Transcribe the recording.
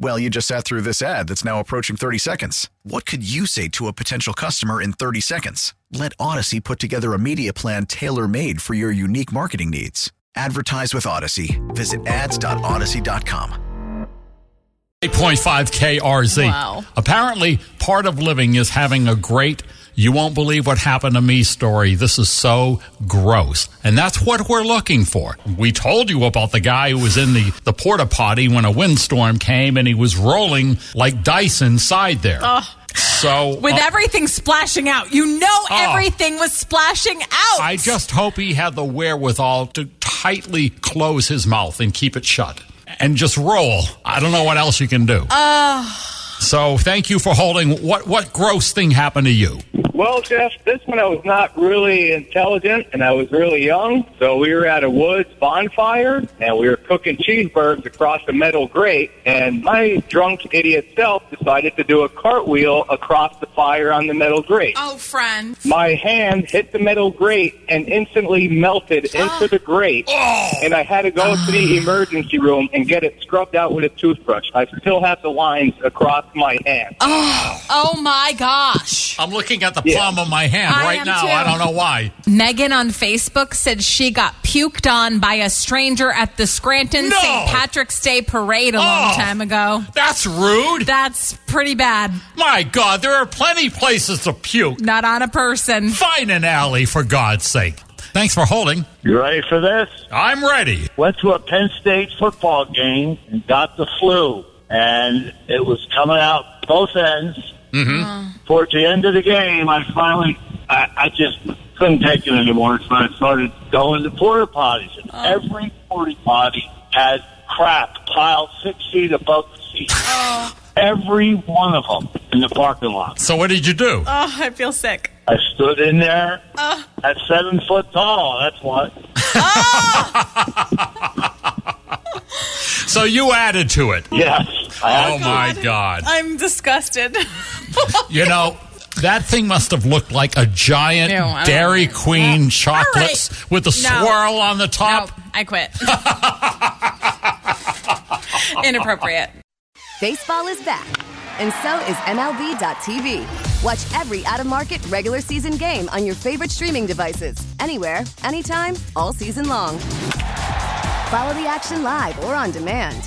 Well, you just sat through this ad that's now approaching 30 seconds. What could you say to a potential customer in 30 seconds? Let Odyssey put together a media plan tailor made for your unique marketing needs. Advertise with Odyssey. Visit ads.odyssey.com. 8.5 KRZ. Wow. Apparently, part of living is having a great, you won't believe what happened to me story. This is so gross. And that's what we're looking for. We told you about the guy who was in the, the porta potty when a windstorm came and he was rolling like dice inside there. So, With uh, everything splashing out. You know everything was splashing out. Oh. I just hope he had the wherewithal to tightly close his mouth and keep it shut and just roll. I don't know what else you can do. Uh. So thank you for holding. What what gross thing happened to you? Well, Jeff, this one I was not really intelligent and I was really young. So we were at a woods bonfire and we were cooking cheeseburgers across a metal grate. And my drunk idiot self decided to do a cartwheel across the fire on the metal grate. Oh, friend. My hand hit the metal grate and instantly melted Oh. into the grate. And I had to go to the Ah. emergency room and get it scrubbed out with a toothbrush. I still have the lines across my hand. Oh, my gosh. I'm looking at the palm of my hand I right am now. too. I don't know why. Megan on Facebook said she got puked on by a stranger at the Scranton No. St. Patrick's Day parade a long Oh. time ago. That's rude. That's pretty bad. my God, there are plenty places to puke. Not on a person. Find an alley for God's sake. Thanks for holding. You ready for this? I'm ready. Went to a Penn State football game and got the flu, and it was coming out both ends. Mm-hmm. Towards the end of the game, I finally, I, I just couldn't take it anymore, so I started going to porta potties, and every porta potty had crap piled six feet above the seat. Every one of them in the parking lot. So what did you do? Oh, I feel sick. I stood in there at seven foot tall. That's what. so you added to it. Yes. I had Oh to. my God. I'm disgusted. You know, that thing must have looked like a giant Ew, I don't Dairy know. Queen Yeah. chocolates All right. with the No. swirl on the top. Nope, I quit. Inappropriate. Baseball is back, and so is MLB.tv. Watch every out of market regular season game on your favorite streaming devices, anywhere, anytime, all season long. Follow the action live or on demand.